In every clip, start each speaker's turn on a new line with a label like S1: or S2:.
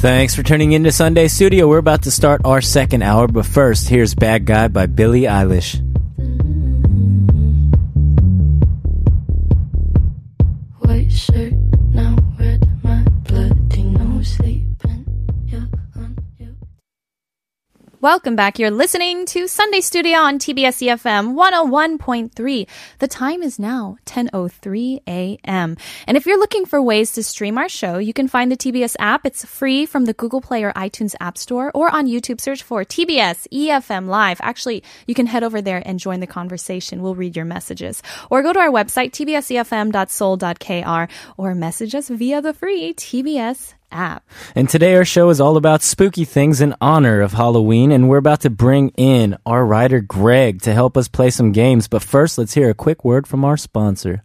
S1: Thanks for tuning in to Sunday Studio. We're about to start our second hour, but first, here's Bad Guy by Billie Eilish.
S2: White shirt now red, my bloody nose sleeping. Yeah, on you.
S3: Welcome back. You're listening to Sunday Studio on TBS EFM 101.3. The time is now 10:03 a.m. And if you're looking for ways to stream our show, you can find the TBS app. It's free from the Google Play or iTunes App Store or on YouTube search for TBS EFM E Live. Actually, you can head over there and join the conversation. We'll read your messages. Or go to our website tbsefm.soul.kr or message us via the free TBS app.
S1: And today our show is all about spooky things in honor of Halloween, and we're about to bring in our writer Greg to help us play some games. But first, let's hear a quick word from our sponsor.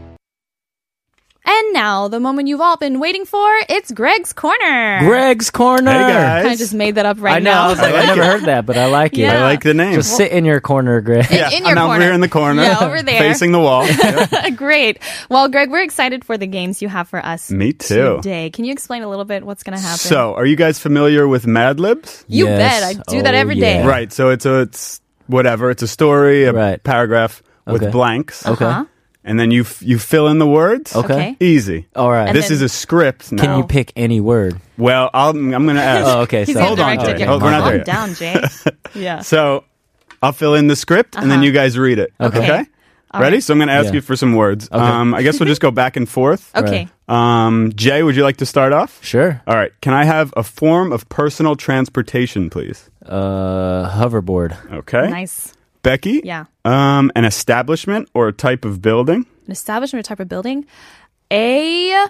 S3: And now, the moment you've all been waiting for, it's Greg's Corner.
S1: Greg's Corner.
S4: Hey, guys.
S3: I just made that up right
S1: I know.
S3: now.
S1: I was like, I never heard that, but I like it.
S3: Yeah.
S4: I like the name.
S1: Just sit in your corner, Greg.
S3: in, in your
S4: I'm
S3: corner.
S4: over here in the corner.
S3: Yeah, over there.
S4: Facing the wall. Yep.
S3: Great. Well, Greg, we're excited for the games you have for us.
S4: Me too.
S3: Today, can you explain a little bit what's going to happen?
S4: so, are you guys familiar with Mad Libs?
S3: you
S1: Yes.
S3: bet. I do that
S1: Oh,
S3: every
S1: yeah.
S3: day.
S4: Right. So, it's a, it's whatever. It's a story, a
S1: Right.
S4: paragraph with
S1: Okay.
S4: blanks.
S1: Okay.
S3: Huh?
S4: And then you, f- you fill in the words.
S1: Okay.
S3: Okay.
S4: Easy.
S1: All right.
S3: And
S4: This
S3: then-
S4: is a script now.
S1: Can you pick any word?
S4: well, I'll, I'm going to ask.
S1: Oh, okay.
S3: Oh. He's
S1: sorry.
S4: Hold on,
S3: indirected.
S4: Jay.
S3: You're-
S4: Oh, we're not
S3: Calm
S4: there yet.
S3: down, Jay. yeah.
S4: So, I'll fill in the script and then
S3: Uh-huh.
S4: you guys read it.
S3: Okay.
S4: Ready? So, I'm going to ask
S1: Yeah.
S4: you for some words. Um, I guess we'll just go back and forth.
S3: Okay.
S4: Um, Jay, would you like to start off?
S1: Sure.
S4: All right. Can I have a form of personal transportation, please?
S1: Uh, hoverboard.
S4: Okay.
S3: Nice.
S4: Becky?
S3: Yeah.
S4: Um, an establishment or a type of building?
S3: An establishment or type of building. A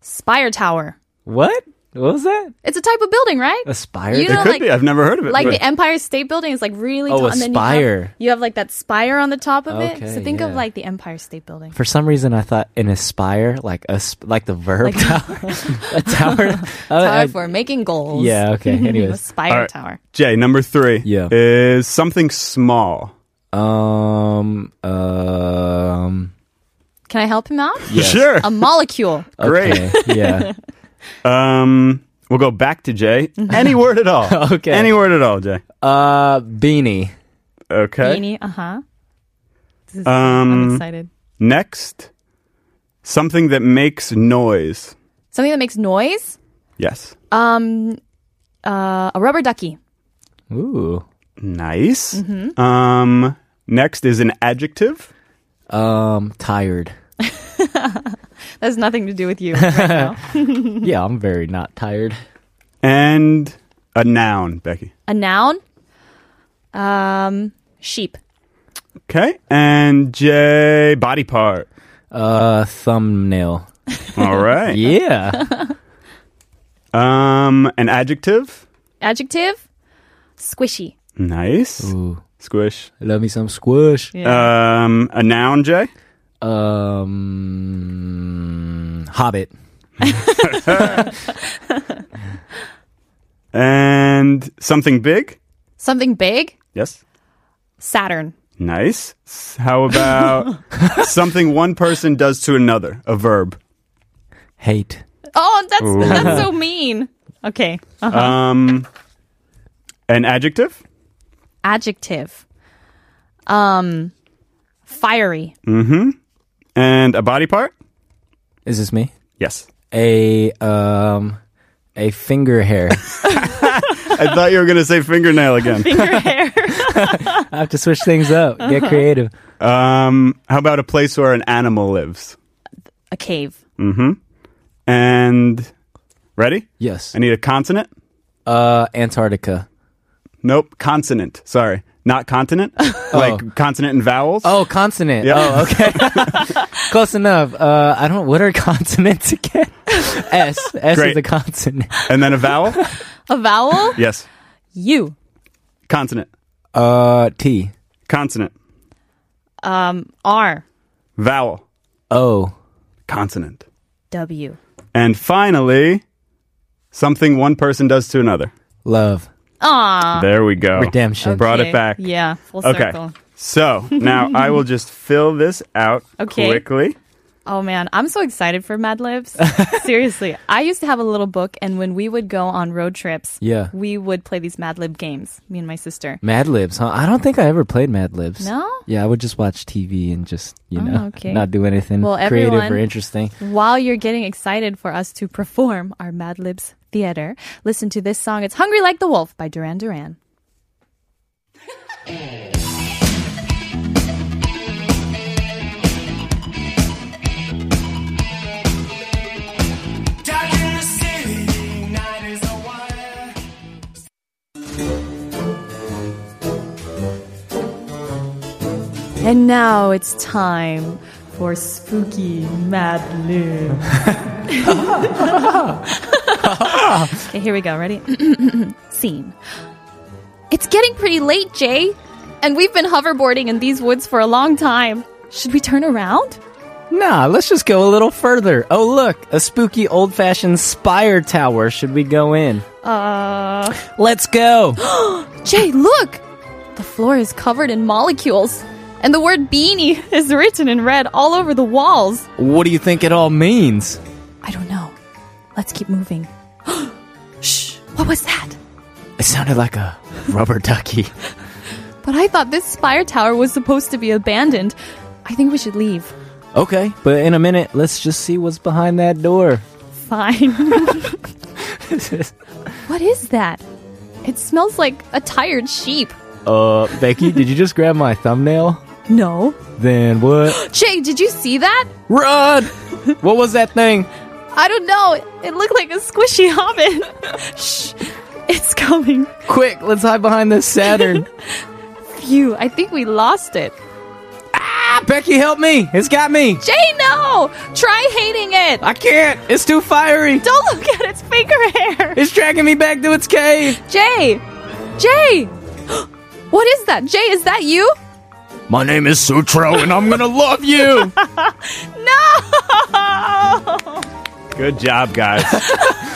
S3: spire tower.
S1: What? What was that?
S3: It's a type of building, right?
S1: Aspire.
S3: You
S4: It
S3: know,
S4: could
S3: like-
S4: be. I've never heard of it.
S3: like
S4: but-
S3: the Empire State Building is like really
S1: Oh,
S3: tall.
S1: a
S3: and then you
S1: spire.
S3: have, you have like that spire on the top of it.
S1: Okay,
S3: So think of
S1: yeah.
S3: like the Empire State Building.
S1: For some reason, I thought an aspire, like a sp- like the verb
S3: Like-
S1: tower, a tower. I-
S3: Tower
S1: uh, I-
S3: for making goals.
S1: Yeah, okay.
S3: A
S1: Anyways.
S3: spire
S4: All right.
S3: tower.
S4: Jay, number three
S1: Yeah.
S4: is something small.
S1: Um. Um.
S3: Can I help him out?
S1: Yes.
S4: Sure.
S3: A molecule.
S1: Okay.
S4: Great.
S1: yeah.
S4: Um, we'll go back to Jay.
S3: Mm-hmm.
S4: Any word at all.
S1: Okay.
S4: Any word at all, Jay.
S1: Uh. Beanie.
S4: Okay.
S3: Beanie. Uh huh. This is- I'm
S4: Um,
S3: excited.
S4: next, something that makes noise.
S3: Something that makes noise.
S4: Yes.
S3: Um, uh, a rubber ducky.
S1: Ooh.
S4: Nice.
S3: Mm-hmm.
S4: Um, next is an adjective.
S1: Um. Tired.
S3: That has nothing to do with you right now.
S1: Yeah, I'm very not tired.
S4: And a noun, Becky.
S3: A noun. Um, sheep.
S4: Okay. And Jay, body part.
S1: Uh. Thumbnail.
S4: All right.
S1: Yeah.
S4: Um, an adjective.
S3: Adjective. Squishy.
S4: Nice.
S1: Ooh.
S4: Squish.
S1: Love me some squish.
S4: Um, a noun, Jay.
S1: Um. Hobbit.
S4: And something big.
S3: Something big.
S4: Yes.
S3: Saturn.
S4: Nice. S- How about something one person does to another? A verb.
S1: Hate.
S3: Oh, that's that's so mean. Okay. Uh,
S4: Um, an adjective.
S3: adjective. Um, fiery.
S4: And a body part.
S1: Is this me?
S4: Yes.
S1: A um. A finger hair.
S4: I thought you were going to say fingernail again. Mm.
S3: Finger hair.
S1: I have to switch things up, get creative.
S4: Um, how about a place where an animal lives?
S3: A cave.
S4: And ready?
S1: Yes.
S4: I need a continent.
S1: Uh, Antarctica.
S4: Nope, consonant. Sorry, not continent. Like consonant and vowels.
S1: Oh, consonant.
S4: Yeah.
S1: Oh, okay. Close enough. Uh, I don't. What are consonants again? S. S
S4: Great.
S1: is a consonant.
S4: and then a vowel.
S3: A vowel?
S4: yes,
S3: U.
S4: consonant,
S1: Uh, T.
S4: consonant,
S3: Um, R.
S4: vowel,
S1: O.
S4: consonant,
S3: W.
S4: and finally, something one person does to another.
S1: Love.
S3: Aw.
S4: There we go.
S1: Redemption.
S4: Brought
S3: Okay.
S4: it back.
S3: Yeah, full
S4: Okay.
S3: circle.
S4: So now I will just fill this out
S3: Okay.
S4: quickly.
S3: Oh man, I'm so excited for Mad Libs. Seriously, I used to have a little book, and when we would go on road trips,
S1: Yeah.
S3: we would play these Mad Lib games, me and my sister.
S1: Mad Libs, huh? I don't think I ever played Mad Libs.
S3: No?
S1: Yeah, I would just watch TV and just, you
S3: Oh,
S1: know,
S3: okay.
S1: not do anything
S3: Well,
S1: creative
S3: everyone-
S1: or interesting.
S3: While you're getting excited for us to perform our Mad Libs theater, listen to this song. It's Hungry Like the Wolf by Duran Duran. And now it's time for spooky Mad Lib. okay, here we go. Ready? Scene. It's getting pretty late, Jay, and we've been hoverboarding in these woods for a long time. Should we turn around?
S1: Nah, let's just go a little further. Oh, look, a spooky old fashioned spire tower. Should we go in?
S3: Uh,
S1: Let's go.
S3: Jay, look! The floor is covered in molecules, and the word beanie is written in red all over the walls.
S1: what do you think it all means?
S3: I don't know. Let's keep moving. Shh! What was that?
S1: It sounded like a rubber ducky.
S3: But I thought this spire tower was supposed to be abandoned. I think we should leave.
S1: Okay, but in a minute, let's just see what's behind that door.
S3: Fine. what is that? It smells like a tired sheep.
S1: Uh, Becky, did you just grab my thumbnail?
S3: No.
S1: Then what?
S3: Jay, did you see that?
S1: Run! What was that thing?
S3: I don't know. It looked like a squishy hobbit. Shh. It's coming.
S1: Quick, let's hide behind this Saturn.
S3: Phew, I think we lost it.
S1: ah, Becky, help me! It's got me!
S3: Jay, no! Try hating it!
S1: I can't! It's too fiery!
S3: Don't look at its finger hair!
S1: It's dragging me back to its cave!
S3: Jay! Jay! What is that? Jay, is that you?
S1: My name is Sutro, and I'm gonna love you!
S3: No!
S4: Good job, guys.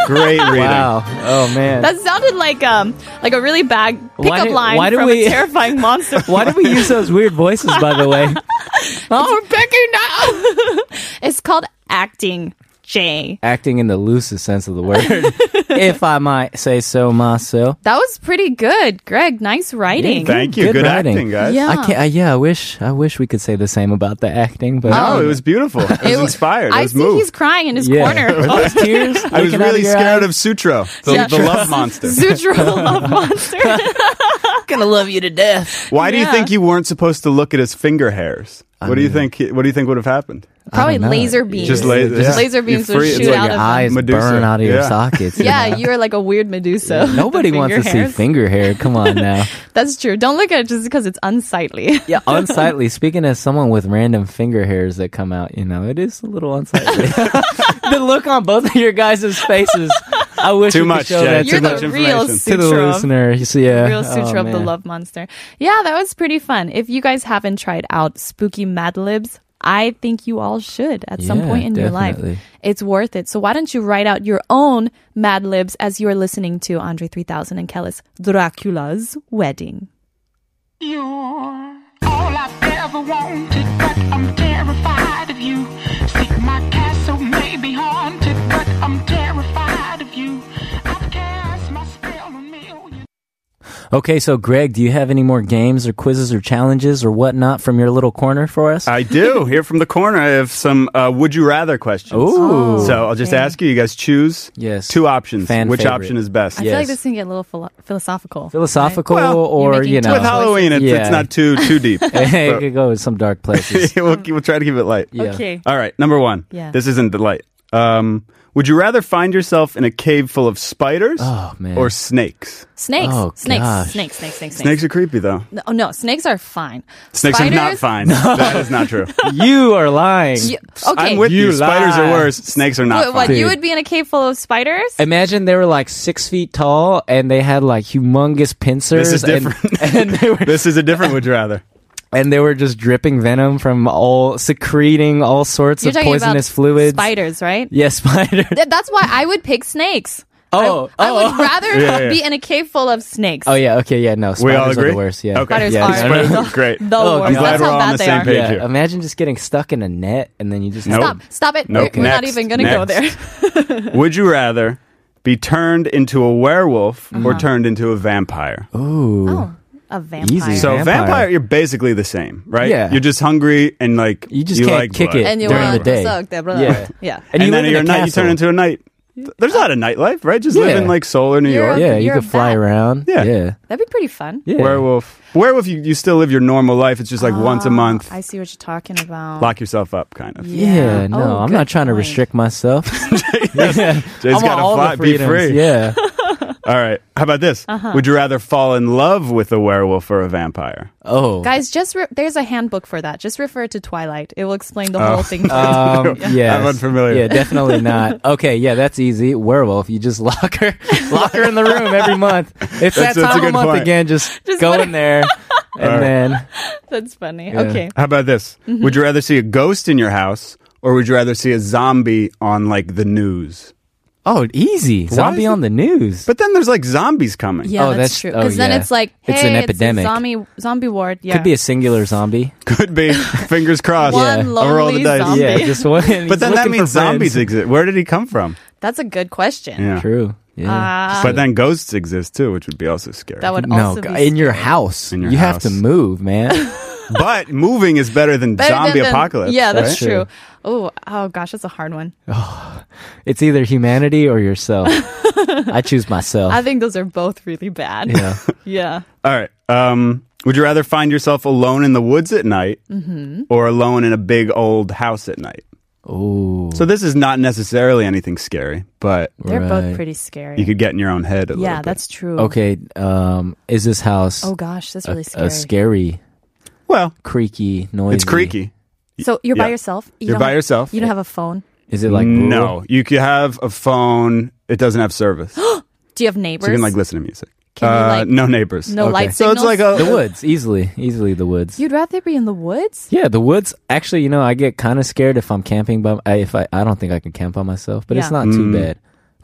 S4: Great reading.
S1: wow. Oh, man.
S3: That sounded like um like a really bad pickup
S1: Why did-
S3: line
S1: why do
S3: from
S1: we-
S3: a terrifying monster.
S1: Why did we use those weird voices, by the way?
S3: oh, Becky, no! it's called acting, Jay.
S1: Acting in the loosest sense of the word, if I might say so myself.
S3: That was pretty good, Greg. Nice writing.
S4: Thank you.
S1: Good
S4: Good,
S1: writing.
S4: acting, guys.
S3: Yeah.
S1: I can't. I, yeah, I wish. I wish we could say the same about the acting, but
S3: Oh,
S4: No, it was beautiful. I was inspired. I
S3: I
S4: was
S3: see
S4: moved.
S3: he's crying in his
S1: yeah.
S3: corner.
S1: Oh, tears.
S4: I was really scared of Sutro, the,
S3: Yeah.
S4: the love monster.
S3: Zutro love monster.
S1: Gonna love you to death.
S4: Why do you
S3: Yeah.
S4: think you weren't supposed to look at his finger hairs? What do you think? he- What do you think would have happened?
S3: Probably
S1: know.
S3: laser beams.
S4: Just laser, yeah.
S3: laser
S4: You
S3: beams would
S4: free- it's
S3: shoot
S4: like
S3: out of
S4: an
S1: Eyes
S4: Medusa.
S1: burn out of your
S4: Yeah.
S1: sockets. you
S3: Yeah,
S1: know?
S3: you're like a weird Medusa.
S1: Nobody
S3: The
S1: wants to
S3: finger
S1: see
S3: hairs.
S1: finger hair. Come on now.
S3: That's true. Don't look at it just because it's unsightly.
S1: Yeah, unsightly. Speaking as someone with random finger hairs that come out, you know, it is a little unsightly. the look on both of your guys' faces. I wish
S4: Too
S1: we could
S4: much,
S1: show
S4: Jay.
S1: that
S3: You're
S1: to,
S4: Too
S3: the
S4: much
S3: real
S1: the, to
S4: information.
S1: the
S3: Sutro.
S1: listener. You see, yeah.
S3: Real Sutra
S1: Oh,
S3: of the
S1: man.
S3: Love Monster. Yeah, that was pretty fun. If you guys haven't tried out Spooky Mad Libs, I think you all should at some
S1: Yeah,
S3: point in your
S1: definitely.
S3: life. It's worth it. So why don't you write out your own Mad Libs as you are listening to Andre 3000 and Kellis Dracula's Wedding.
S5: You're all I've ever wanted, but I'm terrified of you. Seek my castle may be haunted, but I'm terrified of you. I've cast my spell a million
S1: Okay, so Greg, do you have any more games or quizzes or challenges or whatnot from your little corner for us?
S4: I do. Here from the corner, I have some uh, would you rather questions.
S1: Ooh.
S4: So I'll just ask you. You guys choose
S1: Yes.
S4: two options.
S1: Fan
S4: Which
S1: favorite.
S4: option is best?
S3: I feel like
S1: Yes.
S3: this can get a little philo- philosophical.
S1: Philosophical
S4: Well,
S1: or,
S3: making
S1: you know.
S4: With Halloween, it's,
S1: Yeah.
S4: it's not too too deep.
S1: it could go in some dark places.
S4: we'll, we'll try to keep it light.
S1: Yeah.
S3: Okay.
S4: All right, number one.
S3: Yeah.
S4: This isn't the light. Um, would you rather find yourself in a cave full of spiders
S1: Oh, man.
S4: or snakes?
S3: Snakes.
S1: Oh,
S3: snakes,
S1: gosh.
S3: snakes. Snakes. Snakes.
S4: Snakes are creepy, though.
S3: Oh no, snakes are fine.
S4: Snakes are not
S3: Spiders-
S4: fine. That is not true.
S1: you are lying.
S3: You- okay.
S4: I'm with you.
S1: You
S4: Spiders are
S1: lie.
S4: worse. Snakes are not
S3: Wait, what,
S4: fine.
S3: you
S1: Dude.
S3: would be in a cave full of spiders?
S1: Imagine they were like six feet tall and they had like humongous pincers.
S4: This is
S1: and-
S4: different.
S1: And, they were
S4: This is a different would you rather.
S1: and they were just dripping venom from all secreting all sorts
S3: You're
S1: of
S3: talking
S1: poisonous
S3: about
S1: fluids.
S3: spiders, right?
S1: Yeah, spider.
S3: Th- That's why I would pick snakes.
S1: Oh,
S3: I, I
S1: oh,
S3: would rather
S4: Yeah, yeah.
S3: be in in a cave full of snakes.
S1: Oh yeah, okay, yeah, no. Spiders
S4: We all agree?
S1: are the worst, yeah.
S4: Okay.
S3: Spiders
S1: yeah,
S3: are.
S1: no, no, no.
S4: Spiders are great.
S3: The
S1: Oh,
S3: worst.
S1: I'm glad
S3: That's
S4: we're
S3: how
S4: all on
S3: bad
S4: the
S3: they
S4: same
S3: are.
S4: page.
S1: Yeah,
S4: here.
S1: Imagine just getting stuck in a net and then you just
S4: Nope.
S3: Stop! Stop it!
S4: Nope.
S3: We're, we're not
S4: Next.
S3: even gonna go there.
S4: Next. Would you rather be turned into a werewolf
S3: Uh-huh.
S4: or turned into a vampire?
S1: Ooh.
S3: oh, a vampire.
S1: Easy.
S4: So vampire.
S1: Vampire,
S4: you're basically the same, right?
S1: Yeah.
S4: You're just hungry and like
S1: You just can't
S4: like
S1: kick
S4: blood.
S1: it
S3: and you
S1: during
S3: want
S1: the day.
S3: to suck that, brother.
S1: Yeah.
S3: yeah.
S4: And,
S1: you
S4: then
S1: live in
S4: you're
S1: a
S4: not. You
S1: castle.
S4: turn into a knight. There's a lot of nightlife, right? Just live
S1: Yeah.
S4: in like Seoul or New
S3: You're
S4: York.
S3: a-
S1: Yeah, you
S3: You're
S1: could fly
S3: bat.
S1: around.
S4: Yeah.
S1: Yeah.
S3: That'd be pretty fun.
S1: yeah.
S4: Werewolf. Werewolf. You, you still live your normal life. It's just like once a
S3: Ah.
S4: month.
S3: I see what you're talking about.
S4: Lock yourself up, kind of.
S1: Yeah, no,
S3: Oh,
S1: I'm
S3: good
S1: not trying to
S3: point.
S1: restrict myself. yeah.
S4: Jay's
S1: I want
S4: gotta
S1: all the
S4: fly- be
S1: freedoms,
S4: free.
S1: Yeah.
S4: All right. How about this?
S3: Uh-huh.
S4: Would you rather fall in love with a werewolf or a vampire?
S1: Oh.
S3: Guys, just re- there's a handbook for that. Just refer to Twilight. It will explain the
S4: Oh.
S3: whole thing.
S4: Uh,
S1: Um, yeah.
S4: I'm unfamiliar.
S1: Yeah, definitely not. Okay, yeah, that's easy. Werewolf, you just lock her, lock her in the room every month. It's
S4: That's-
S1: that
S4: that's a
S1: time
S4: good
S1: of month
S4: point.
S1: again. Just,
S3: Just
S1: go
S3: let
S1: in there, and
S4: Alright.
S1: then
S3: That's funny.
S1: Yeah.
S3: Okay.
S4: How about this?
S3: Mm-hmm.
S4: Would you rather see a ghost in your house or would you rather see a zombie on like the news?
S1: oh, easy. Zombie
S4: is
S1: on the news.
S4: But then there's like zombies coming.
S3: Yeah,
S1: Oh,
S3: that's,
S1: that's-
S3: true.
S1: oh,
S3: Because then
S1: yeah.
S3: it's like, hey,
S1: It's an epidemic.
S3: a zombie zombie ward. Yeah,
S1: Could be a singular zombie.
S4: Could be. Fingers crossed.
S3: One
S4: I'll roll the
S3: lonely
S4: dice.
S3: zombie.
S1: Yeah, just one.
S4: But then that means zombies exist. Where did he come from?
S3: That's a good question. Uh,
S4: Yeah.
S1: True.
S4: Uh,
S1: Yeah.
S4: But then ghosts exist too, which would be also scary.
S3: That would
S1: no,
S3: also be
S1: in your house,
S4: In your
S1: you have to
S4: house.
S1: move, man.
S4: but moving is better than
S3: Better
S4: zombie
S3: than- than-
S4: apocalypse.
S3: Yeah, that's true.
S4: right?
S3: Oh, oh gosh, that's a hard one.
S1: it's either humanity or yourself. I choose myself.
S3: I think those are both really bad.
S1: Oh. yeah.
S3: yeah.
S4: All right. Um, would you rather find yourself alone in the woods at night
S3: Mm-hmm.
S4: or alone in a big old house at night?
S1: Ooh.
S4: So this is not necessarily anything scary, but
S3: They're both
S1: Right.
S3: pretty scary.
S4: you could get in your own head a little
S3: yeah,
S4: bit.
S3: that's true.
S1: Okay. Um, is this house
S3: Oh gosh, that's really scary.
S1: a scary,
S4: well,
S1: creaky, noisy?
S4: it's creaky.
S3: So you're by
S4: Yeah.
S3: yourself. You
S4: You're
S3: don't
S4: by
S3: have-
S4: yourself.
S3: You don't have a phone.
S1: Is it like rural?
S4: no, you could have a phone. It doesn't have service, so
S3: Do you have neighbors?
S4: you can like listen to music. Uh,
S3: Can you, like-
S4: no neighbors.
S3: no
S1: Okay.
S3: light
S4: So
S3: signals.
S4: it's like a
S1: The woods, easily, easily the woods.
S3: You'd rather be in the woods?
S1: yeah, the woods. Actually, you know, I get kind of scared if I'm camping by. I, if I, I don't think I can camp by myself, but it's
S3: Yeah.
S1: not too
S4: Mm.
S1: bad.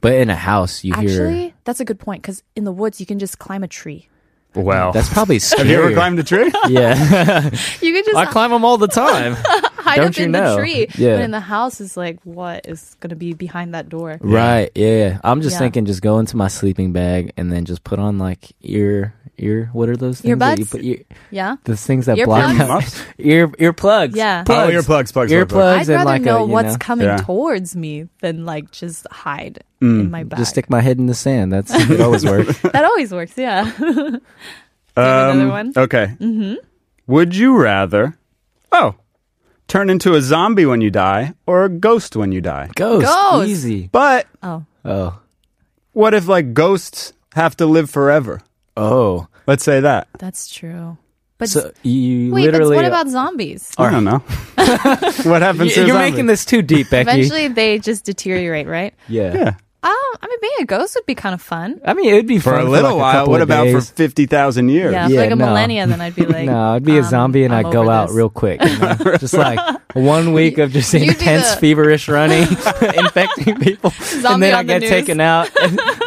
S1: But in a house, you hear.
S3: Actually, that's a good point because in the woods you can just climb a tree.
S4: well.
S1: That's probably
S4: have you ever
S1: scary.
S4: climbed a tree?
S1: yeah,
S3: You can just
S1: I climb them all the time.
S3: hide
S1: don't
S3: up
S1: you
S3: in
S1: know?
S3: the tree.
S1: Yeah.
S3: But in the house is like, what is going to be behind that door?
S1: Right. Yeah. I'm just
S3: Yeah.
S1: thinking, just go into my sleeping bag and then just put on like ear, ear. What are those things? That you
S3: Earbuds?
S1: put, ear,
S3: Yeah.
S1: the things that
S3: Earplugs?
S1: block out ear earplugs.
S3: Yeah.
S4: Oh, earplugs, plugs,
S1: earplugs,
S4: plugs, plugs.
S3: I'd rather
S1: and like
S3: know
S1: a, you
S3: what's
S1: know,
S3: coming
S4: Yeah.
S3: towards me than like just hide in my bag.
S1: Mm, Just stick my head in the sand. That's it. Always works.
S3: that always works, yeah. have another one?
S4: Um, Okay. Mm-hmm. Would you rather? Oh, turn into a zombie when you die, or a ghost when you die?
S1: Ghost.
S3: Ghost.
S1: Easy.
S4: But
S3: oh.
S1: Oh.
S4: what if like ghosts have to live forever?
S1: Oh.
S4: Let's say that.
S3: That's true. But
S1: So you
S3: wait, but
S1: literally. uh, oh,
S3: what about zombies?
S4: I don't know. what
S1: Y-
S4: happens? to a
S1: You're
S4: zombie?
S1: making this too deep, Becky.
S3: Eventually they just deteriorate, right?
S1: yeah.
S4: Yeah.
S3: Oh, I mean, being a ghost would be kind of fun.
S1: I mean, it'd be
S4: for
S1: fun
S4: a little
S1: like
S4: while.
S1: couple
S4: What
S1: of
S4: about for
S1: days.
S4: fifty thousand years?
S3: Yeah,
S1: Yeah,
S3: for like a
S1: no.
S3: millennia, then I'd be like,
S1: no, I'd be a
S3: um,
S1: zombie and
S3: I'm
S1: I'd go
S3: over
S1: out
S3: this.
S1: real quick. you know? Just like One week of just
S3: You'd be
S1: intense
S3: the-
S1: feverish running, infecting people, and
S3: Zombie
S1: then I
S3: on the
S1: get
S3: news.
S1: taken out.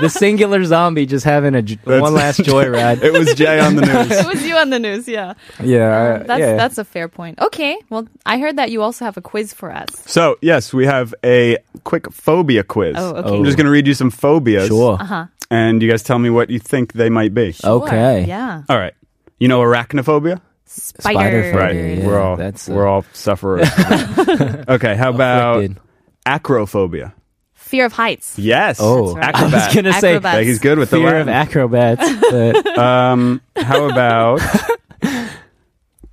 S1: the singular zombie just having a j- one last joyride.
S4: It was Jay on the news.
S3: it was you on the news, yeah.
S1: yeah, I-
S3: Um, That's
S1: Uh, yeah.
S3: that's a fair point. Okay, well, I heard that you also have a quiz for us.
S4: So, yes, we have a quick phobia quiz.
S3: Oh, okay.
S4: I'm just going to read you some phobias.
S1: sure.
S3: uh, Uh-huh.
S4: And you guys tell me what you think they might be.
S1: Okay.
S3: Sure, yeah.
S4: All right. You know arachnophobia?
S3: Spider.
S1: phobia,
S4: Right.
S1: yeah.
S4: we're all
S1: that's a-
S4: we're all sufferers. okay, how about
S1: Afflicted.
S4: acrophobia?
S3: Fear of heights.
S4: Yes.
S1: Oh,
S3: right.
S1: I was
S4: acrobat.
S1: gonna say
S3: Acrobat.
S4: Yeah, he's good with the
S1: fear of
S4: Latin.
S1: acrobats. But,
S4: um, how about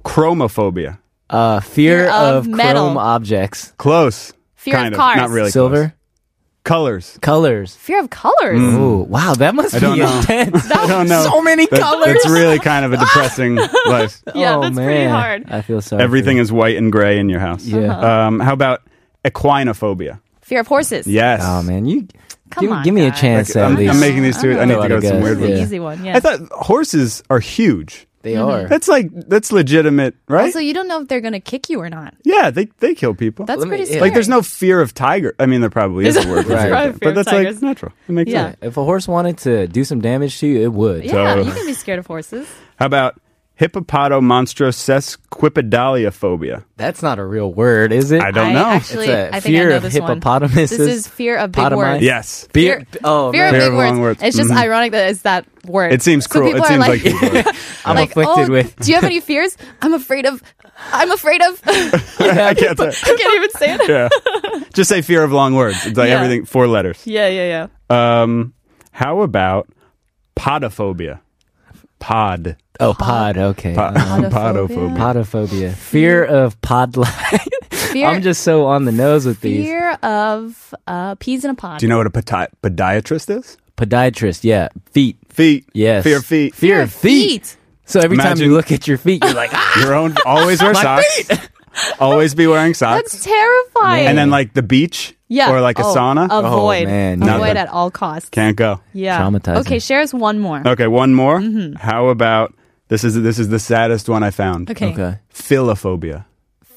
S4: chromophobia?
S1: uh, fear,
S3: Fear
S1: of,
S3: of metal.
S1: chrome objects,
S4: Close.
S3: Fear
S4: kind
S3: of cars.
S4: Not really.
S1: silver
S4: close. Colors.
S1: colors.
S3: Fear of colors.
S1: Ooh, wow, that must
S4: Mm. I
S1: be
S4: don't know.
S1: intense.
S4: I don't know.
S1: So many
S4: That-
S1: colors.
S4: It's really kind of a depressing life.
S3: Yeah,
S1: oh,
S3: that's
S1: man.
S3: pretty hard.
S1: I feel sorry. for
S4: Everything is white and gray in your house.
S1: Yeah.
S4: Um, how about equinophobia?
S3: Fear of horses.
S4: Yes.
S1: Oh man, you
S3: Come
S1: give,
S3: on,
S1: give me a
S3: guys.
S1: chance
S4: I'm,
S1: at least.
S4: I'm making these two. I need to go to some
S1: Guess,
S4: weird
S3: That's
S4: ones.
S3: an
S1: yeah.
S3: easy one. Yeah.
S4: I thought horses are huge.
S1: they are.
S4: That's like that's legitimate, right?
S3: also, you don't know if they're gonna kick you or not.
S4: yeah, they they kill people.
S3: That's
S1: Let me-
S3: pretty
S1: yeah.
S3: scary.
S4: like there's no fear of tiger. I mean, there probably is a word, for
S1: Right.
S4: fear of
S3: Probably
S4: tiger,
S3: fear of
S4: but that's
S3: tigers.
S4: like natural. It makes
S3: Yeah.
S4: sense.
S1: If a horse wanted to do some damage to you, it would.
S3: Yeah, you
S4: So-
S3: can be scared of horses.
S4: How about hippopotomonstrosequipedaliaphobia?
S1: That's not a real word, is it?
S4: I don't know.
S3: Actually,
S1: It's a
S3: I think I
S1: fear
S3: know
S1: of
S3: this one.
S1: hippopotamuses.
S3: This is fear of big
S1: Potomi-
S3: words.
S4: Yes,
S1: Fear, oh
S3: Fear
S1: man,
S3: of
S4: Fear
S3: big
S4: of
S3: words.
S4: long words.
S3: It's just
S4: Mhm.
S3: ironic that it's that word.
S4: it seems
S3: So
S4: cruel.
S3: people
S4: it
S3: are
S4: seems like,
S3: like,
S1: I'm
S3: like,
S1: afflicted
S3: oh,
S1: with.
S3: Do you have any fears? I'm afraid of. I'm afraid of. I
S4: I can't say.
S3: can't even say it.
S4: Yeah. Just say fear of long words. It's like
S3: Yeah.
S4: everything four letters.
S3: Yeah, yeah, yeah.
S4: Um, how about podophobia? Pod.
S1: Oh, pod. Okay.
S4: pod-
S3: Podophobia.
S1: Podophobia. Fear of pod life.
S3: Fear,
S1: I'm just so on the nose with these.
S3: fear of uh, peas in a pod.
S4: Do you know what a podi- podiatrist is?
S1: Podiatrist. Yeah. Feet.
S4: Feet.
S1: Yes.
S4: Fear of feet.
S1: Fear of feet. So every time
S4: Imagine-
S1: you look at your feet, you're like, ah.
S4: Your own. Always wear socks. Always be wearing socks.
S3: That's terrifying.
S4: and then like the beach.
S3: yeah,
S4: Or like a
S3: Oh,
S4: sauna.
S3: Avoid,
S1: man,
S4: yeah.
S3: avoid at all costs.
S4: Can't go.
S3: Yeah, Mm-hmm.
S1: Traumatizing.
S3: Okay, share us one more.
S4: Okay, one more. How about this is this is the saddest one I found.
S3: Okay,
S1: Okay.
S4: Philophobia.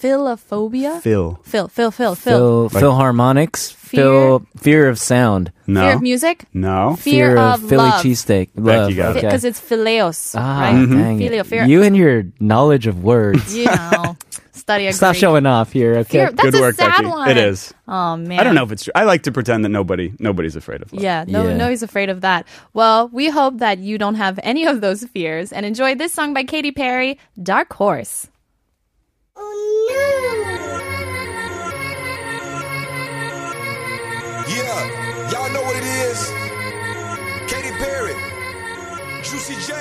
S3: philophobia.
S4: Phil.
S3: Phil, Phil, Phil, Phil.
S1: Phil,
S4: Like-
S1: Philharmonics.
S3: Fear-
S1: Phil, fear of sound.
S4: No.
S3: Fear of music.
S4: No.
S3: Fear
S1: of,
S3: of
S1: Philly
S3: love.
S1: cheesesteak.
S4: Becky
S1: Love.
S4: got it.
S3: Because it's phileos,
S1: ah,
S3: right?
S4: Mm-hmm.
S1: dang
S3: Phileo,
S1: it.
S3: fear.
S1: You and your knowledge of words.
S3: you know, study. a
S1: Stop
S3: Greek.
S1: showing off here, okay?
S3: Fear- that's
S4: Good
S3: a
S4: work,
S3: sad
S4: Becky.
S3: one.
S4: It is.
S3: Oh man.
S4: I don't know if it's true. I like to pretend that nobody nobody's afraid of love.
S3: Yeah, no,
S1: Yeah.
S3: no, he's afraid of that. Well, we hope that you don't have any of those fears and enjoy this song by Katy Perry, Dark Horse.
S6: Yeah, y'all know what it is. Katy Perry, Juicy J.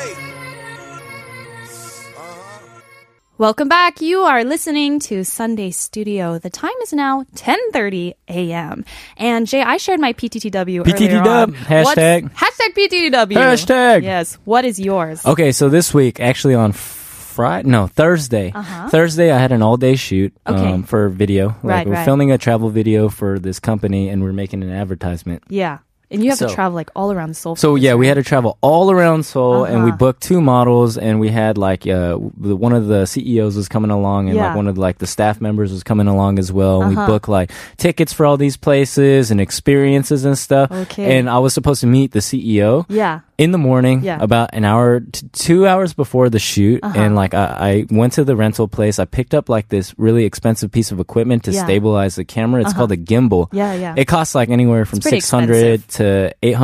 S3: Welcome back. You are listening to Sunday Studio. The time is now 10:30 a.m. And Jay, I shared my PTTW earlier
S1: PTTW.
S3: on.
S1: Hashtag.
S3: What's- hashtag PTTW.
S1: Hashtag. Oh.
S3: Yes. What is yours?
S1: Okay, so this week, actually on Friday, no, Thursday. Thursday, I had an all day shoot
S3: Uh-huh. Okay.
S1: um, for video. Like,
S3: Right,
S1: we're
S3: right.
S1: filming a travel video for this company and we're making an advertisement.
S3: Yeah. And you have to
S1: So-
S3: travel like all around Seoul.
S1: So
S3: Uh-huh.
S1: yeah, we had to travel all around Seoul, and we booked two models, and we had like uh, the- one of the CEOs was coming along, and like
S3: Yeah. Uh-huh.
S1: one of like the staff members was coming along as well. And We booked like tickets for all these places and experiences and stuff.
S3: Okay.
S1: And I was supposed to meet the E CEO
S3: Yeah.
S1: in the morning,
S3: Yeah. Uh-huh.
S1: about an hour, t- two hours before the shoot, and like I, I went to the rental place. I picked up like this really expensive piece of equipment to
S3: Yeah. Uh-huh.
S1: stabilize the camera. It's called a gimbal.
S3: Yeah, yeah.
S1: It costs like anywhere from
S3: pretty Mm-hmm.
S1: six hundred to eight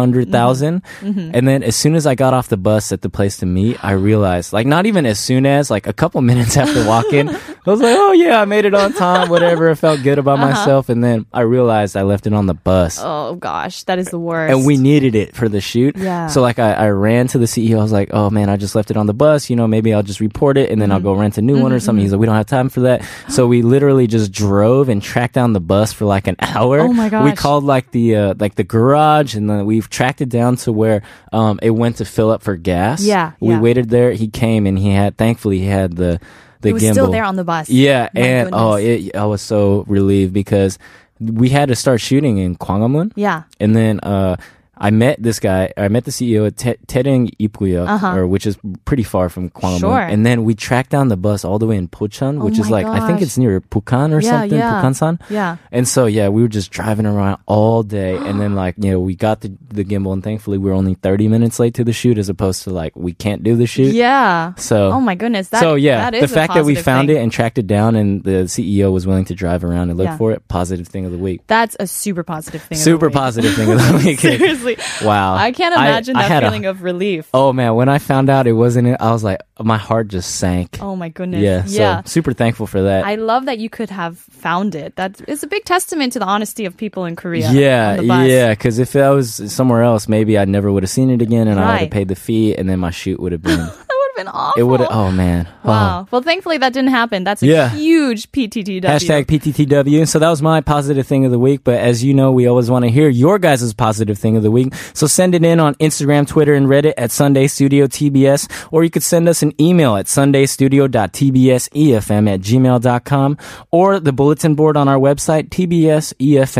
S1: and then as soon as I got off the bus at the place to meet, I realized like not even as soon as like a couple minutes after walking, I was like, oh yeah, I made it on time. Whatever, I felt good about myself, and then I realized I left it on the bus
S3: Uh-huh. Oh gosh, that is the worst.
S1: and we needed it for the shoot.
S3: Yeah.
S1: So like I, I ran to the CEO. I was like, oh man, I just left it on the bus. You know, maybe I'll just report it and then
S3: Mm-hmm.
S1: I'll go rent a new one or something. He's like, we don't have time for that. So we literally just drove and tracked down the bus for like an hour.
S3: Oh, my
S1: We
S3: gosh.
S1: called like the uh, like the garage and then we've tracked it down to where um it went to fill up for gas.
S3: Yeah,
S1: We
S3: yeah.
S1: waited there. He came and he had thankfully he had the the
S3: It was still
S1: gimbal.
S3: there on the bus.
S1: Yeah,
S3: My
S1: and oh,
S3: goodness.
S1: it, I was so relieved because we had to start shooting in Kwangamun.
S3: Yeah.
S1: And then uh, I met this guy. I met the CEO at Te- Tereng Ipguyeok, or which is pretty far from Gwanghwamun.
S3: Uh-huh. Sure.
S1: And then we tracked down the bus all the way in Pochon,
S3: Oh
S1: which is
S3: my
S1: like I think
S3: gosh.
S1: it's near Pukan or
S3: Yeah,
S1: something,
S3: yeah.
S1: Pukansan.
S3: Yeah.
S1: And so yeah, we were just driving around all day, and then like you know we got the, the gimbal, and thankfully we were only thirty minutes late to the shoot, as opposed to like we can't do the shoot.
S3: Yeah.
S1: So
S3: Oh my goodness. That,
S1: so yeah,
S3: that is
S1: the
S3: a
S1: fact that we
S3: positive
S1: found
S3: thing.
S1: it and tracked it down, and the CEO was willing to drive around and look
S3: Yeah.
S1: for it. Positive thing of the week.
S3: That's a super positive thing. of the
S1: Super
S3: week.
S1: positive thing of the week.
S3: Seriously.
S1: Wow.
S3: I can't
S1: I-
S3: imagine
S1: I
S3: that
S1: had a-
S3: feeling of relief. Oh,
S1: Oh man, when I found out it wasn't it, I was like, my heart just sank.
S3: my Oh, goodness.
S1: yeah,
S3: yeah.
S1: So super thankful for that.
S3: I love that you could have found it. That is a big testament to the honesty of people in Korea. on
S1: yeah,
S3: the bus.
S1: yeah. Because if I was somewhere else, maybe I never would have seen it again, and I would
S3: Right.
S1: have paid the fee, and then my shoot would have been.
S3: That would have been awful.
S1: it would. have Oh man.
S3: Wow. Well, thankfully that didn't happen. That's a
S1: Yeah.
S3: huge PTTW.
S1: Hashtag PTTW. So that was my positive thing of the week. But as you know, we always want to hear your guys' positive thing of the week. So send it in on Instagram, Twitter, and Reddit at Sunday Studio TBS. Or you could send us an email at sundaystudio.tbsefm E at gmail.com or the bulletin board on our website, E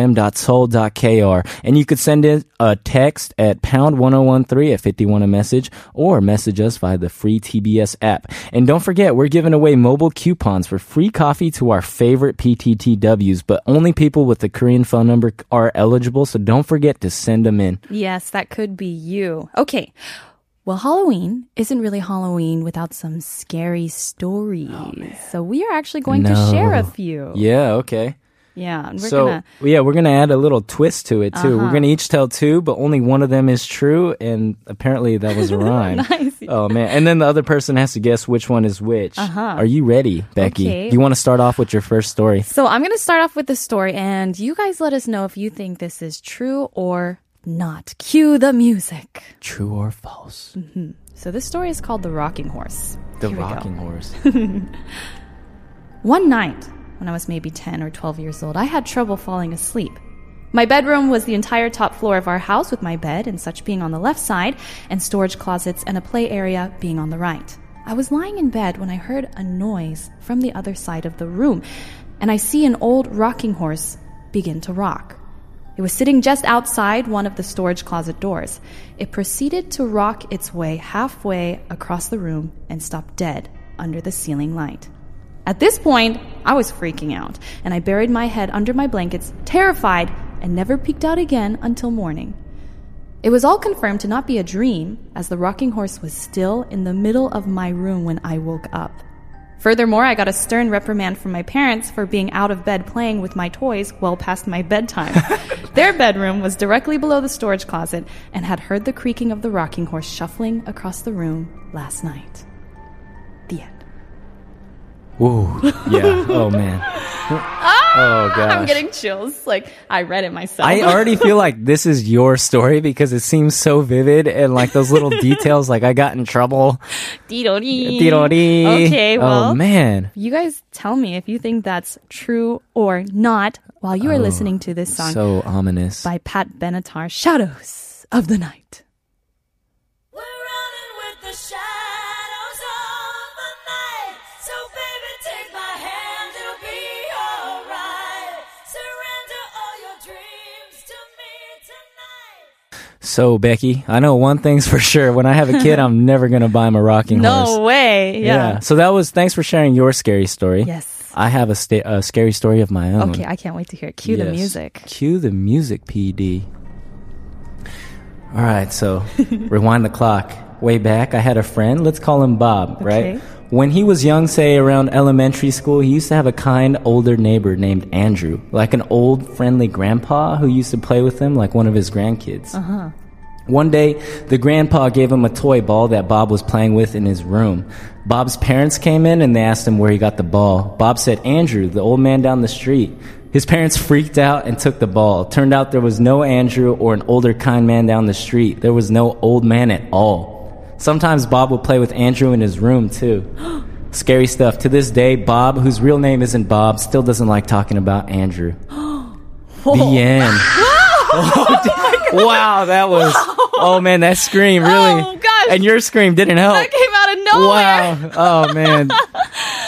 S1: tbsefm.soul.kr. And you could send in a text at pound 1013 at 51 a message or message us via the free TBS app. And don't forget, we're giving away mobile coupons for free coffee to our favorite PTTWs, but only people with the Korean phone number are eligible, so don't forget to send them in.
S3: Yes, that could be you. Okay. Well, Halloween isn't really Halloween without some scary stories. so we are actually going to share a
S1: Oh, No.
S3: few.
S1: Yeah, okay.
S3: Yeah, and we're
S1: so
S3: gonna Uh-huh.
S1: yeah, we're gonna add a little twist to it too. We're gonna each tell two, but only one of them is true, and apparently that was a rhyme.
S3: Nice.
S1: Oh man! And then the other person has to guess which one is which. Are you ready, Becky?
S3: Uh-huh. Okay.
S1: Do you want to start off with your first story?
S3: So I'm going to start off with the story, and you guys let us know if you think this is true or not. Cue the music.
S1: True or false?
S3: So this story is called The Rocking Horse.
S1: The
S3: Here we go.
S1: rocking horse.
S3: One night, when I was maybe 10 or 12 years old, I had trouble falling asleep. My bedroom was the entire top floor of our house, with my bed and such being on the left side, and storage closets and a play area being on the right. I was lying in bed when I heard a noise from the other side of the room, and I see an old rocking horse begin to rock. It was sitting just outside one of the storage closet doors. It proceeded to rock its way halfway across the room and stopped dead under the ceiling light. At this point, I was freaking out, and I buried my head under my blankets, terrified, and never peeked out again until morning. It was all confirmed to not be a dream, as the rocking horse was still in the middle of my room when I woke up. Furthermore, I got a stern reprimand from my parents for being out of bed playing with my toys well past my bedtime. Their bedroom was directly below the storage closet and had heard the creaking of the rocking horse shuffling across the room last night. The end.
S1: Ooh, yeah. Oh man. oh gosh.
S3: Ah! I'm getting chills. Like I read it myself.
S1: I already feel like this is your story because it seems so vivid and like those little details. Like I got in trouble.
S3: Dee-do-dee.
S1: Dee-do-dee.
S3: Okay, well,
S1: oh man.
S3: you guys tell me if you think that's true or not while you are listening to this song
S1: Oh, So ominous.
S3: by Pat Benatar, "Shadows of the Night."
S7: We're running with the shadows of the night. So baby, take my hand, it'll be alright. Surrender all your dreams to me tonight.
S1: So Becky, I know one thing's for sure. When I have a kid, I'm never gonna buy him a rocking horse.
S3: No way. Yeah.
S1: So that was thanks for sharing your scary story.
S3: Yes.
S1: I have a, sta- a scary story of my own.
S3: Okay, I can't wait to hear. it. Cue the
S1: Yes.
S3: music.
S1: Cue the music, PD. All right, so rewind the clock. Way back, I had a friend, let's call him Bob,
S3: Okay.
S1: right? When he was young, say around elementary school, he used to have a kind older neighbor named Andrew, like an old friendly grandpa who used to play with him like one of his grandkids.
S3: Uh-huh.
S1: One day, the grandpa gave him a toy ball that Bob was playing with in his room. Bob's parents came in and they asked him where he got the ball. Bob said, Andrew, the old man down the street. His parents freaked out and took the ball. Turned out there was no Andrew or an older kind man down the street. There was no old man at all. Sometimes Bob would play with Andrew in his room too. Scary stuff. To this day, Bob, whose real name isn't Bob, still doesn't like talking about Andrew.
S3: Oh.
S1: the end. wow, that was. Oh man, that scream really.
S3: Oh, gosh.
S1: And your scream didn't help.
S3: That came out of nowhere.
S1: Oh.
S3: Oh.
S1: Wow. Oh man.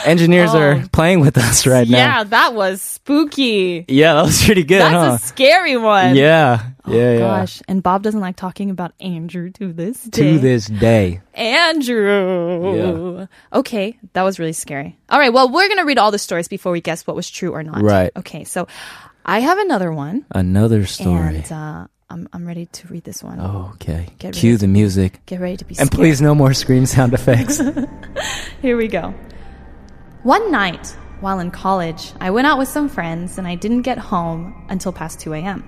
S1: Engineers are playing with us right
S3: Yeah,
S1: now.
S3: that was spooky.
S1: Yeah, that was pretty good,
S3: That's
S1: huh?
S3: a scary one.
S1: yeah. yeah,
S3: Gosh, and Bob doesn't like talking about Andrew to this
S1: yeah.
S3: day.
S1: To this day.
S3: Andrew. Okay, that was really scary. All right, well, we're going to read all the stories before we guess what was true or not.
S1: Right.
S3: Okay, so I have another one.
S1: Another story.
S3: And uh, I'm, I'm ready to read this one.
S1: okay.
S3: Get
S1: Cue
S3: ready.
S1: the music.
S3: Get ready to be
S1: Oh. And
S3: scared.
S1: please, no more scream sound effects.
S3: Here we go. One night while in college, I went out with some friends and I didn't get home until past 2 a.m.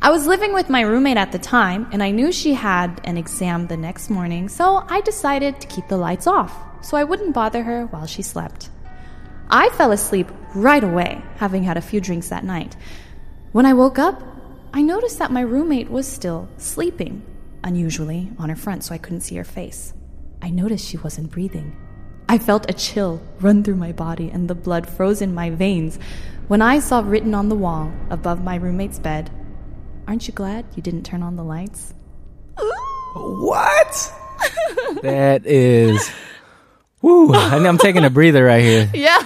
S3: I was living with my roommate at the time and I knew she had an exam the next morning, so I decided to keep the lights off so I wouldn't bother her while she slept. I fell asleep right away, having had a few drinks that night. When I woke up, I noticed that my roommate was still sleeping, unusually on her front, so I couldn't see her face. I noticed she wasn't breathing. I felt a chill run through my body and the blood froze in my veins when I saw written on the wall above my roommate's bed, Aren't you glad you didn't turn on the lights?
S1: what? that is. Woo. I know I'm taking a breather right here.
S3: Yeah.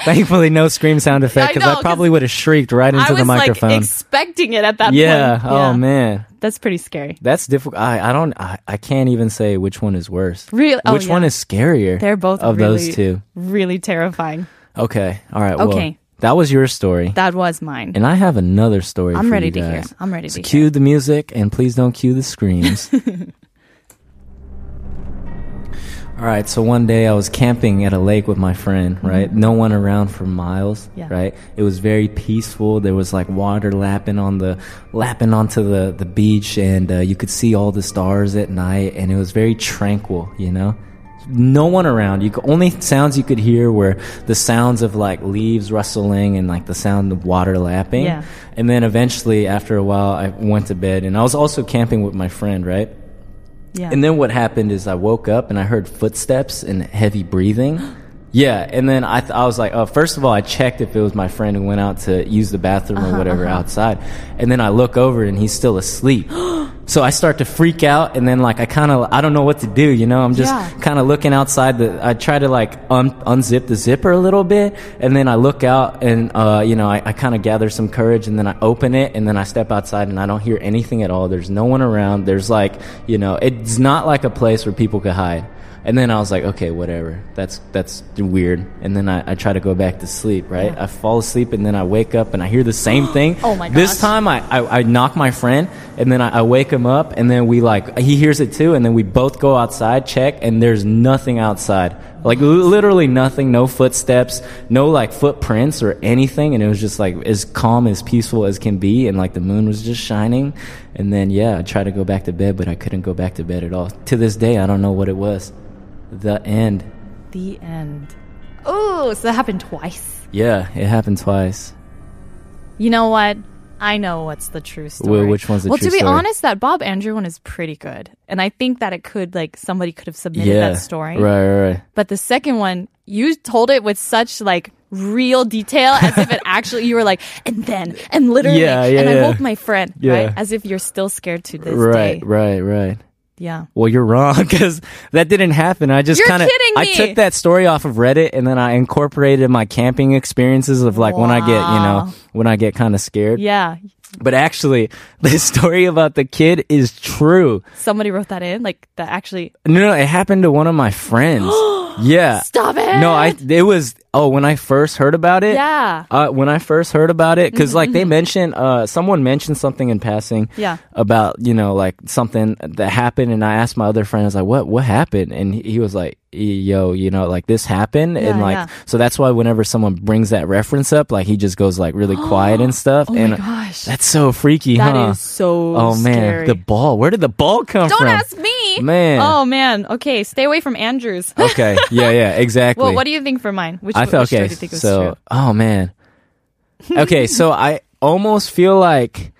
S1: Thankfully, no scream sound effect
S3: I
S1: because I,
S3: know, 'cause
S1: probably would have shrieked right into
S3: I was
S1: the microphone.
S3: like expecting it at that
S1: yeah.
S3: point.
S1: Oh, man.
S3: That's pretty scary.
S1: That's difficult. I, I don't. I, I can't even say which one is worse.
S3: Really? Oh,
S1: Which one
S3: yeah.
S1: is scarier?
S3: They're both
S1: of
S3: really,
S1: those two.
S3: Really terrifying.
S1: Okay. All right. Well,
S3: Okay.
S1: that was your story,
S3: That was mine.
S1: and I have another story.
S3: I'm
S1: for
S3: ready
S1: you
S3: to hear.
S1: guys.
S3: I'm ready to
S1: So
S3: hear.
S1: cue the music, and please don't cue the screams. All right, so one day I was camping at a lake with my friend, right? No one around for miles,
S3: Mm-hmm. Yeah.
S1: right? It was very peaceful. There was like water lapping on the lapping onto the the beach and uh, you could see all the stars at night and it was very tranquil, you know? No one around. You could, only sounds you could hear were the sounds of like leaves rustling and like the sound of water lapping.
S3: Yeah.
S1: And then eventually after a while I went to bed and I was also camping with my friend, right?
S3: yeah.
S1: And then what happened is I woke up and I heard footsteps and heavy breathing. Yeah, and then I, th- I was like, oh, first of all, I checked if it was my friend who went out to use the bathroom or whatever outside. And then I look over and he's still asleep. so I start to freak out and then like I kind of, I don't know what to do, you know? I'm just
S3: Yeah.
S1: kind of looking outside the i try to like un- unzip the zipper a little bit and then i look out and uh, you know i, I kind of gather some courage and then i open it and then i step outside and i don't hear anything at all there's no one around there's like you know it's not like a place where people could hide and then i was like okay whatever that's that's weird and then i, I try to go back to sleep right i fall asleep and then i wake up and i hear the same thing
S3: Oh my
S1: this
S3: gosh.
S1: time I, I, I knock my friend and then I, I wake him up and then we like he hears it too and then we both go outside check and there's nothing outside like li- literally nothing no footsteps no like footprints or anything and it was just like as calm as peaceful as can be and like the moon was just shining and then yeah I tried to go back to bed but I couldn't go back to bed at all to this day I don't know what it was the end
S3: the end. Oh, so that happened twice.
S1: yeah it happened twice
S3: You know what? I know what's the true story.
S1: which one's the
S3: well,
S1: true
S3: to be
S1: story?
S3: honest, that Bob Andrew one is pretty good, and I think that it could like somebody could have submitted
S1: yeah
S3: that story.
S1: right right right
S3: But the second one, you told it with such like real detail as if it actually you were like, and then and literally,
S1: Yeah, yeah,
S3: and I
S1: yeah.
S3: woke my friend,
S1: Yeah.
S3: right? As if you're still scared to this
S1: right
S3: day.
S1: right right
S3: Yeah.
S1: Well, you're wrong because that didn't happen. I just
S3: You're
S1: kind of
S3: kidding
S1: I
S3: me.
S1: took that story off of Reddit and then I incorporated my camping experiences of like when I get, you know,
S3: Wow.
S1: when I get kind of scared.
S3: Yeah.
S1: But actually, the story about the kid is true.
S3: Somebody wrote that in, like that actually.
S1: No, no, it happened to one of my friends. yeah.
S3: Stop it.
S1: No, I it was oh, when I first heard about it.
S3: Yeah.
S1: Uh, when I first heard about it, because like they mentioned, uh, someone mentioned something in passing
S3: Yeah.
S1: about you know like something that happened, and I asked my other friend, I was like, "What? What happened?" And he he was like, "E, "Yo, you know, like this happened," and
S3: Yeah,
S1: like
S3: yeah.
S1: so that's why whenever someone brings that reference up, like he just goes like really quiet and stuff.
S3: Oh
S1: and
S3: my gosh.
S1: that's so freaky,
S3: That
S1: huh?
S3: is so.
S1: oh man,
S3: scary.
S1: the ball. Where did the ball come
S3: Don't
S1: from?
S3: ask me.
S1: Man.
S3: Oh man. Okay, stay away from Andrews.
S1: okay, yeah, yeah, exactly.
S3: well, what do you think for mine? Which,
S1: I
S3: which
S1: thought okay.
S3: story do you think was
S1: so
S3: true?
S1: oh man. Okay, so I almost feel like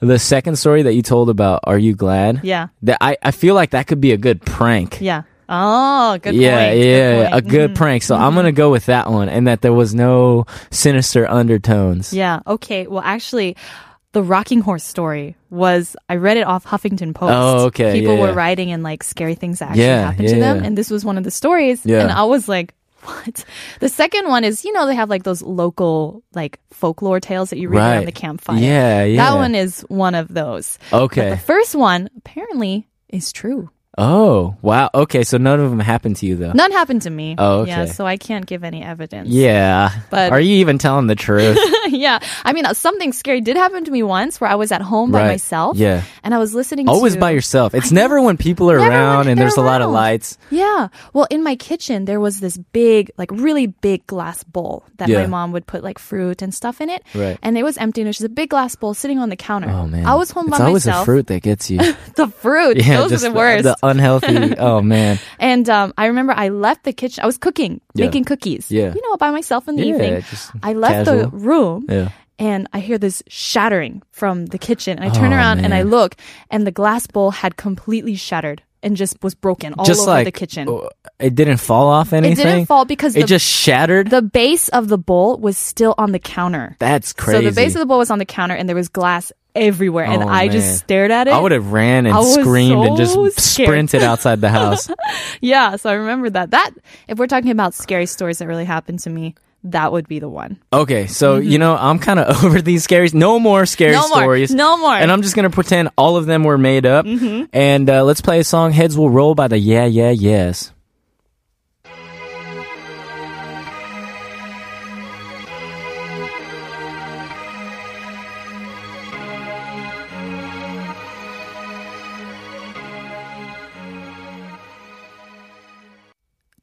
S1: the second story that you told about Are You Glad?
S3: Yeah.
S1: That I, I feel like that could be a good prank.
S3: Yeah. Oh, good
S1: yeah,
S3: point.
S1: yeah,
S3: Good point. Mm-hmm.
S1: a good prank. So I'm gonna go with that one, and that there was no sinister undertones.
S3: Yeah. Okay. Well, actually, the rocking horse story was I read it off Huffington Post.
S1: Oh, okay,
S3: People
S1: yeah,
S3: were
S1: yeah.
S3: writing and like scary things that actually
S1: Yeah,
S3: happened
S1: yeah,
S3: to them,
S1: yeah.
S3: and this was one of the stories.
S1: Yeah.
S3: And I was like, What? The second one is, you know, they have like those local like folklore tales that you read around
S1: Right.
S3: the campfire.
S1: Yeah, yeah.
S3: That one is one of those. But the
S1: Okay.
S3: first one apparently is true.
S1: Oh, wow. Okay, so none of them happened to you though.
S3: None happened to me.
S1: Oh,
S3: Yeah,
S1: okay.
S3: so I can't give any evidence.
S1: Yeah.
S3: But-
S1: are you even telling the truth?
S3: yeah. I mean, uh, something scary did happen to me once where I was at home by
S1: Right.
S3: myself.
S1: Yeah.
S3: And I was listening
S1: Always
S3: to.
S1: by yourself. It's never when people are
S3: Never when
S1: around and
S3: they're
S1: there's a lot of
S3: around.
S1: lights.
S3: Yeah. Well, in my kitchen, there was this big, like really big glass bowl that my
S1: Yeah.
S3: mom would put like fruit and stuff in it.
S1: Right.
S3: And it was empty. And it was just a big glass bowl sitting on the counter.
S1: Oh man.
S3: I was home
S1: it's
S3: by
S1: always
S3: myself.
S1: the fruit that gets you.
S3: The fruit.
S1: Yeah,
S3: Those
S1: just
S3: are the worst.
S1: The unhealthy. oh man.
S3: and um, I remember I left the kitchen. I was cooking,
S1: Yeah.
S3: making cookies.
S1: Yeah.
S3: You know, by myself in the
S1: Yeah,
S3: evening.
S1: just
S3: I left the
S1: casual.
S3: room.
S1: Yeah.
S3: And I hear this shattering from the kitchen. And I turn
S1: Oh,
S3: around and I
S1: man.
S3: look, and the glass bowl had completely shattered and just was broken all
S1: just
S3: over
S1: like
S3: the kitchen.
S1: oh, It didn't fall off
S3: it
S1: anything.
S3: didn't fall because
S1: It
S3: the,
S1: just shattered.
S3: the base of the bowl was still on the counter.
S1: That's crazy.
S3: So the base of the bowl was on the counter, and there was glass everywhere. and
S1: Oh,
S3: I just
S1: man.
S3: stared at it.
S1: I would have ran and
S3: I was
S1: screamed and just
S3: so scared.
S1: sprinted outside the house.
S3: Yeah, so I remember that. That if we're talking about scary stories that really happened to me, that would be the one.
S1: Okay, so you know I'm kind of over these scary. No more scary
S3: Mm-hmm. No more.
S1: stories.
S3: No more. Mm-hmm.
S1: And I'm just gonna pretend all of them were made up. And uh, let's play a song. Heads will roll by the Yeah Yeah Yes.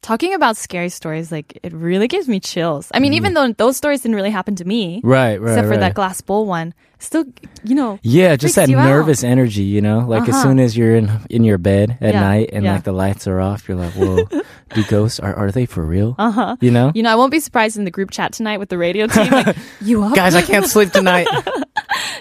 S3: Talking about scary stories, like it really gives me chills. I mean, even though those stories didn't really happen to
S1: Mm.
S3: me,
S1: Right, right,
S3: except for
S1: right.
S3: that glass bowl one, still, you know,
S1: Yeah, just that
S3: freaks you out. Uh-huh.
S1: nervous energy, you know. Like as soon as you're in in your bed at
S3: Yeah,
S1: night and
S3: yeah.
S1: like the lights are off, you're like, "Whoa, do ghosts are are they for real?" Uh huh. You know,
S3: Uh-huh. You know, I won't be surprised in the group chat tonight with the radio team. Like, you up?
S1: guys, I can't sleep tonight.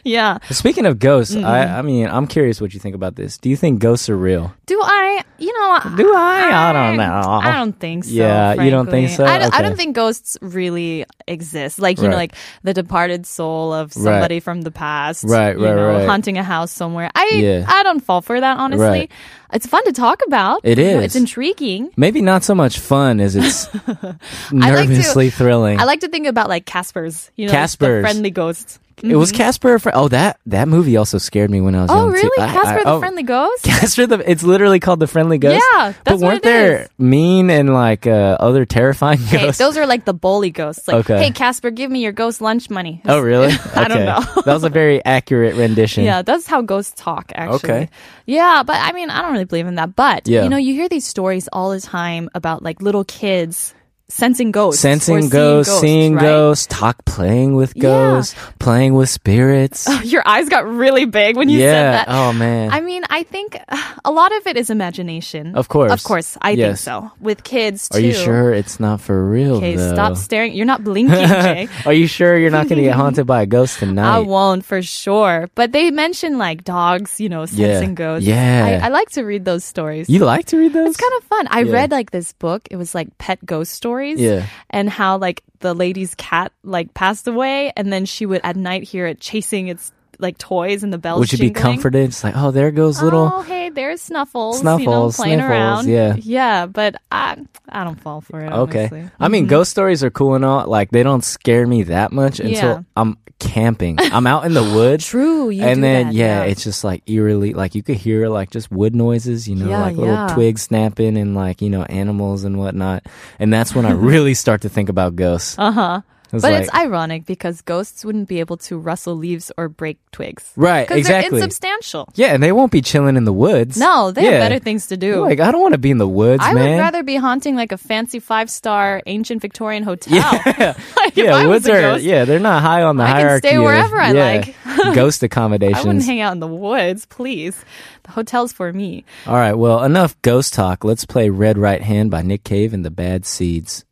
S3: Yeah.
S1: Speaking of ghosts, I I mean, I'm curious what you think about this. Do you think ghosts are real?
S3: Do I? You know,
S1: Do I? I don't know.
S3: I don't think so.
S1: Yeah, you don't think
S3: frankly.
S1: so?
S3: I don't, I
S1: Okay.
S3: don't think ghosts really exist. Like you know,
S1: Right.
S3: like the departed soul of
S1: Right.
S3: somebody from the past.
S1: Right,
S3: you
S1: right,
S3: know,
S1: right.
S3: Haunting a house somewhere. I
S1: Yeah.
S3: I don't fall for that honestly.
S1: Right.
S3: It's fun to talk about.
S1: It
S3: You know,
S1: is.
S3: It's intriguing.
S1: Maybe not so much fun as it's
S3: I like to-
S1: nervously thrilling.
S3: I like to think about like Casper's. You know, the
S1: Caspers.
S3: friendly ghosts.
S1: It was Casper. a Fr- oh, that that movie also scared me when I was
S3: Mm-hmm.
S1: young.
S3: Oh
S1: too.
S3: really?
S1: I- I-
S3: Casper the
S1: oh,
S3: friendly ghost.
S1: Casper the. It's literally called the Friendly Ghost.
S3: Yeah,
S1: but
S3: that's what
S1: weren't
S3: it
S1: there
S3: is.
S1: mean and like uh, other terrifying
S3: Okay,
S1: ghosts?
S3: those are like the bully ghosts. Like,
S1: Okay.
S3: hey Casper, give me your ghost lunch money.
S1: oh, really?
S3: I
S1: Okay.
S3: don't know.
S1: that was a very accurate rendition.
S3: Yeah, that's how ghosts talk, actually.
S1: Okay.
S3: Yeah, but I mean, I don't really believe in that. But,
S1: Yeah.
S3: you know, you hear these stories all the time about like little kids sensing ghosts. or
S1: Sensing
S3: seeing
S1: ghosts, seeing
S3: right?
S1: ghosts, talk, playing with ghosts, playing with spirits.
S3: Your eyes got really big when you said
S1: yeah.
S3: that.
S1: Oh man.
S3: I mean, I think uh, a lot of it is imagination.
S1: Of course.
S3: Of course. I think
S1: Yes.
S3: so. With kids, too.
S1: are you sure it's not for real?
S3: Okay,
S1: though?
S3: stop staring. You're not blinking, Jay.
S1: Are you sure you're not going to get haunted by a ghost tonight?
S3: I won't for sure. But they mention like dogs, you know,
S1: Yeah.
S3: sensing ghosts.
S1: Yeah.
S3: I, I like to read those stories.
S1: You like to read those?
S3: It's kind of fun. I
S1: Yeah.
S3: read like this book. It was like pet ghost stories.
S1: Yeah.
S3: And how like the lady's cat like passed away and then she would at night hear it chasing its like toys and the bells.
S1: Would you be
S3: jingling.
S1: comforted? It's like, oh, there goes little.
S3: Oh hey, there's Snuffles, you know,
S1: Snuffles,
S3: playing
S1: Sniffles,
S3: around.
S1: yeah.
S3: yeah, but I, I don't fall for it.
S1: Okay.
S3: honestly. Mm-hmm.
S1: I mean, ghost stories are cool and all. Like, they don't scare me that much
S3: Yeah.
S1: until I'm camping. I'm out in the woods.
S3: True, you
S1: and
S3: do
S1: then,
S3: that,
S1: yeah,
S3: yeah.
S1: it's just like eerily, like you could hear like just wood noises, you know,
S3: Yeah,
S1: like little
S3: yeah.
S1: twigs snapping and like, you know, animals and whatnot. And that's when I really start to think about ghosts. Uh huh.
S3: Uh-huh. But it's ironic because ghosts wouldn't be able to rustle leaves or break twigs.
S1: Right,
S3: Because
S1: exactly.
S3: they're insubstantial.
S1: yeah, and they won't be chilling in the woods.
S3: No, they
S1: Yeah.
S3: have better things to do.
S1: Like, I don't want to be in the woods,
S3: I
S1: man.
S3: would rather be haunting like a fancy five star ancient Victorian hotel.
S1: Yeah.
S3: Like, if
S1: yeah,
S3: I was
S1: woods
S3: a
S1: are
S3: ghost,
S1: yeah, they're not high on the
S3: I can
S1: hierarchy.
S3: stay
S1: of-
S3: wherever I
S1: yeah, ghost accommodations.
S3: I wouldn't hang out in the woods, please. The hotel's for me.
S1: All right, well, enough ghost talk. Let's play Red Right Hand by Nick Cave and the Bad Seeds.